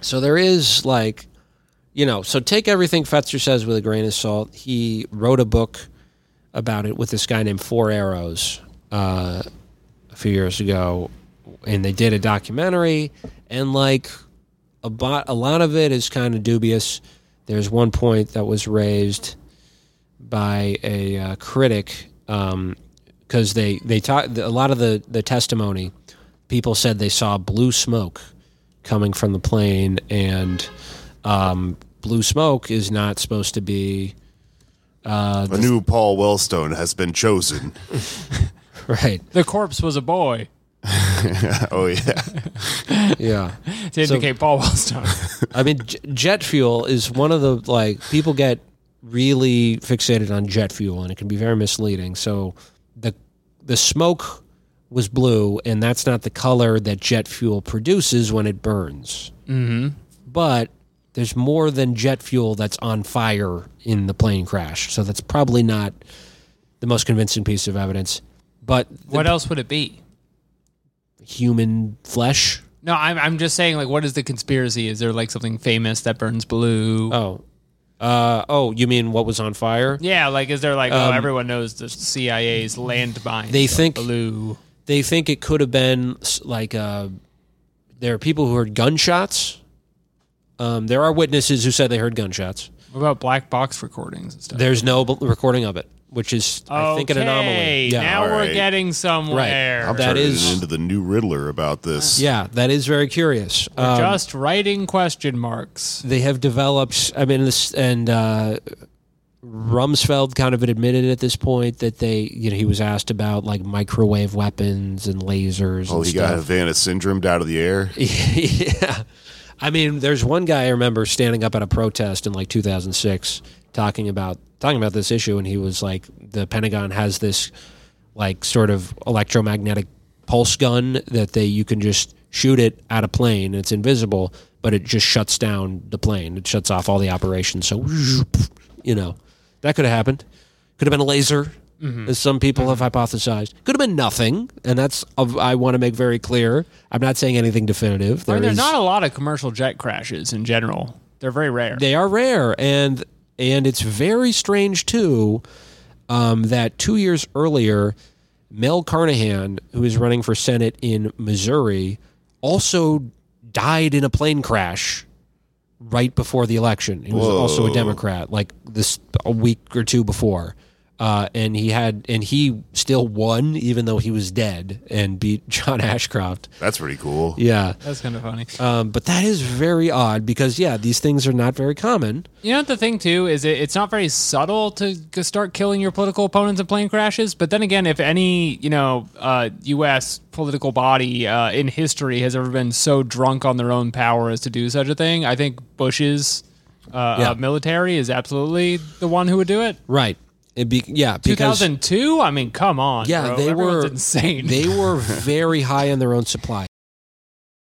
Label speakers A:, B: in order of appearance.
A: So there is like, you know, so take everything Fetzer says with a grain of salt. He wrote a book about it with this guy named Four Arrows uh, a few years ago, and they did a documentary, and like a, bo- a lot of it is kind of dubious. There's one point that was raised by a uh, critic um, because they they talked a lot of the the testimony. People said they saw blue smoke coming from the plane, and um, blue smoke is not supposed to be
B: A new Paul Wellstone has been chosen.
A: right.
C: The corpse was a boy
B: oh yeah,
A: Yeah,
C: to indicate Paul Wellstone.
A: I mean, j- jet fuel is one of the like people get really fixated on jet fuel, and it can be very misleading. So the the smoke was blue, and that's not the color that jet fuel produces when it burns. Mm-hmm. But there's more than jet fuel that's on fire in the plane crash, so that's probably not the most convincing piece of evidence. But the
C: what else would it be?
A: human flesh.
C: No, I'm, I'm just saying, like, what is the conspiracy? Is there like something famous that burns blue?
A: Oh, uh, oh, you mean what was on fire?
C: yeah, like, is there like, oh, everyone knows the CIA's landmine?
A: Um, They think-
C: blue.
A: they think it could have been s- like uh, there are people who heard gunshots. Um, there are witnesses who said they heard gunshots.
C: What about black box recordings and stuff?
A: There's no b- recording of it, which is I think an anomaly.
C: Okay,
A: Yeah,
C: now we're
B: Alright.
C: getting somewhere.
B: I'm
A: That
B: turning
A: is-
B: into the new Riddler about this.
A: yeah, that is very curious.
C: We're
A: Um,
C: just writing question marks.
A: they have developed. I mean, this and uh, Rumsfeld kind of admitted at this point that they, you know, he was asked about like microwave weapons and lasers.
B: Oh,
A: and
B: he
A: stuff.
B: got Havana syndromed out of the air.
A: yeah. I mean, there's one guy I remember standing up at a protest in like 2006 talking about talking about this issue and he was like the Pentagon has this like sort of electromagnetic pulse gun that they you can just shoot it at a plane it's invisible but it just shuts down the plane it shuts off all the operations so you know that could have happened could have been a laser as some people have hypothesized could have been nothing and that's i want to make very clear i'm not saying anything definitive
C: I mean,
A: There
C: there's
A: is-
C: not a lot of commercial jet crashes in general. They're very rare.
A: they are rare and and it's very strange too um, that two years earlier mel carnahan who is running for senate in missouri also died in a plane crash right before the election he was
B: Whoa.
A: also a democrat like this a week or two before uh, and he had and he still won even though he was dead and beat john ashcroft
B: That's pretty cool.
A: yeah
C: That's kind of funny.
A: um, but that is very odd because yeah these things are not very common
C: You know what the thing too is it, it's not very subtle to g- start killing your political opponents in plane crashes. But then again, if any you know uh, U.S. political body uh, in history has ever been so drunk on their own power as to do such a thing, I think Bush's uh,
A: Yeah.
C: uh, military is absolutely the one who would do it.
A: Right. It be, yeah, because
C: 2002. I mean, come on.
A: yeah,
C: bro.
A: they
C: Everyone's
A: were
C: insane.
A: They were very high in their own supply.